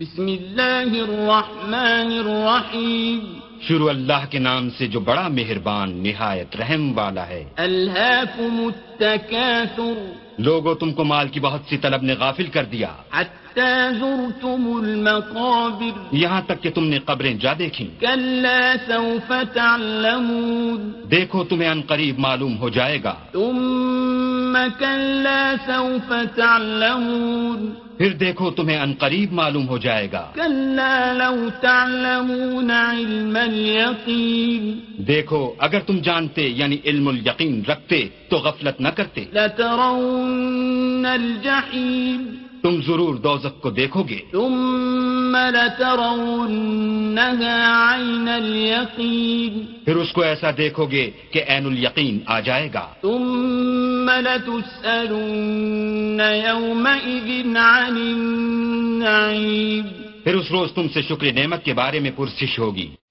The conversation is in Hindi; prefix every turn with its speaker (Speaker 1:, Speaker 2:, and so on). Speaker 1: بسم الله الرحمن الرحيم
Speaker 2: शुरू अल्लाह के नाम से जो बड़ा मेहरबान निहायत रहम वाला है
Speaker 1: ألهاكم التكاثر
Speaker 2: लोगो तुमको माल की बहुत सी तलब ने गाफिल कर दिया
Speaker 1: حتى زرتم المقابر
Speaker 2: यहाँ तक कि तुमने कब्रें जा देखी
Speaker 1: كلا سوف تعلمون
Speaker 2: देखो तुम्हें अनकरीब मालूम हो जाएगा
Speaker 1: ثم كلا سوف تعلمون
Speaker 2: फिर देखो तुम्हें अनकरीब मालूम हो जाएगा
Speaker 1: كلا لو تعلمون علم اليقين
Speaker 2: देखो अगर तुम जानते यानी इल्मुल यकीन रखते तो गफलत न करते
Speaker 1: لترون الجحيم
Speaker 2: तुम जरूर दोजक को देखोगे
Speaker 1: ثم لترونها عين اليقين
Speaker 2: फिर उसको ऐसा देखोगे कि ऐनुल यकीन आ जाएगा
Speaker 1: ثم لتسألن يومئذ عن النعيم
Speaker 2: फिर उस रोज तुमसे शुक्र नेमत के बारे में पुरसिश होगी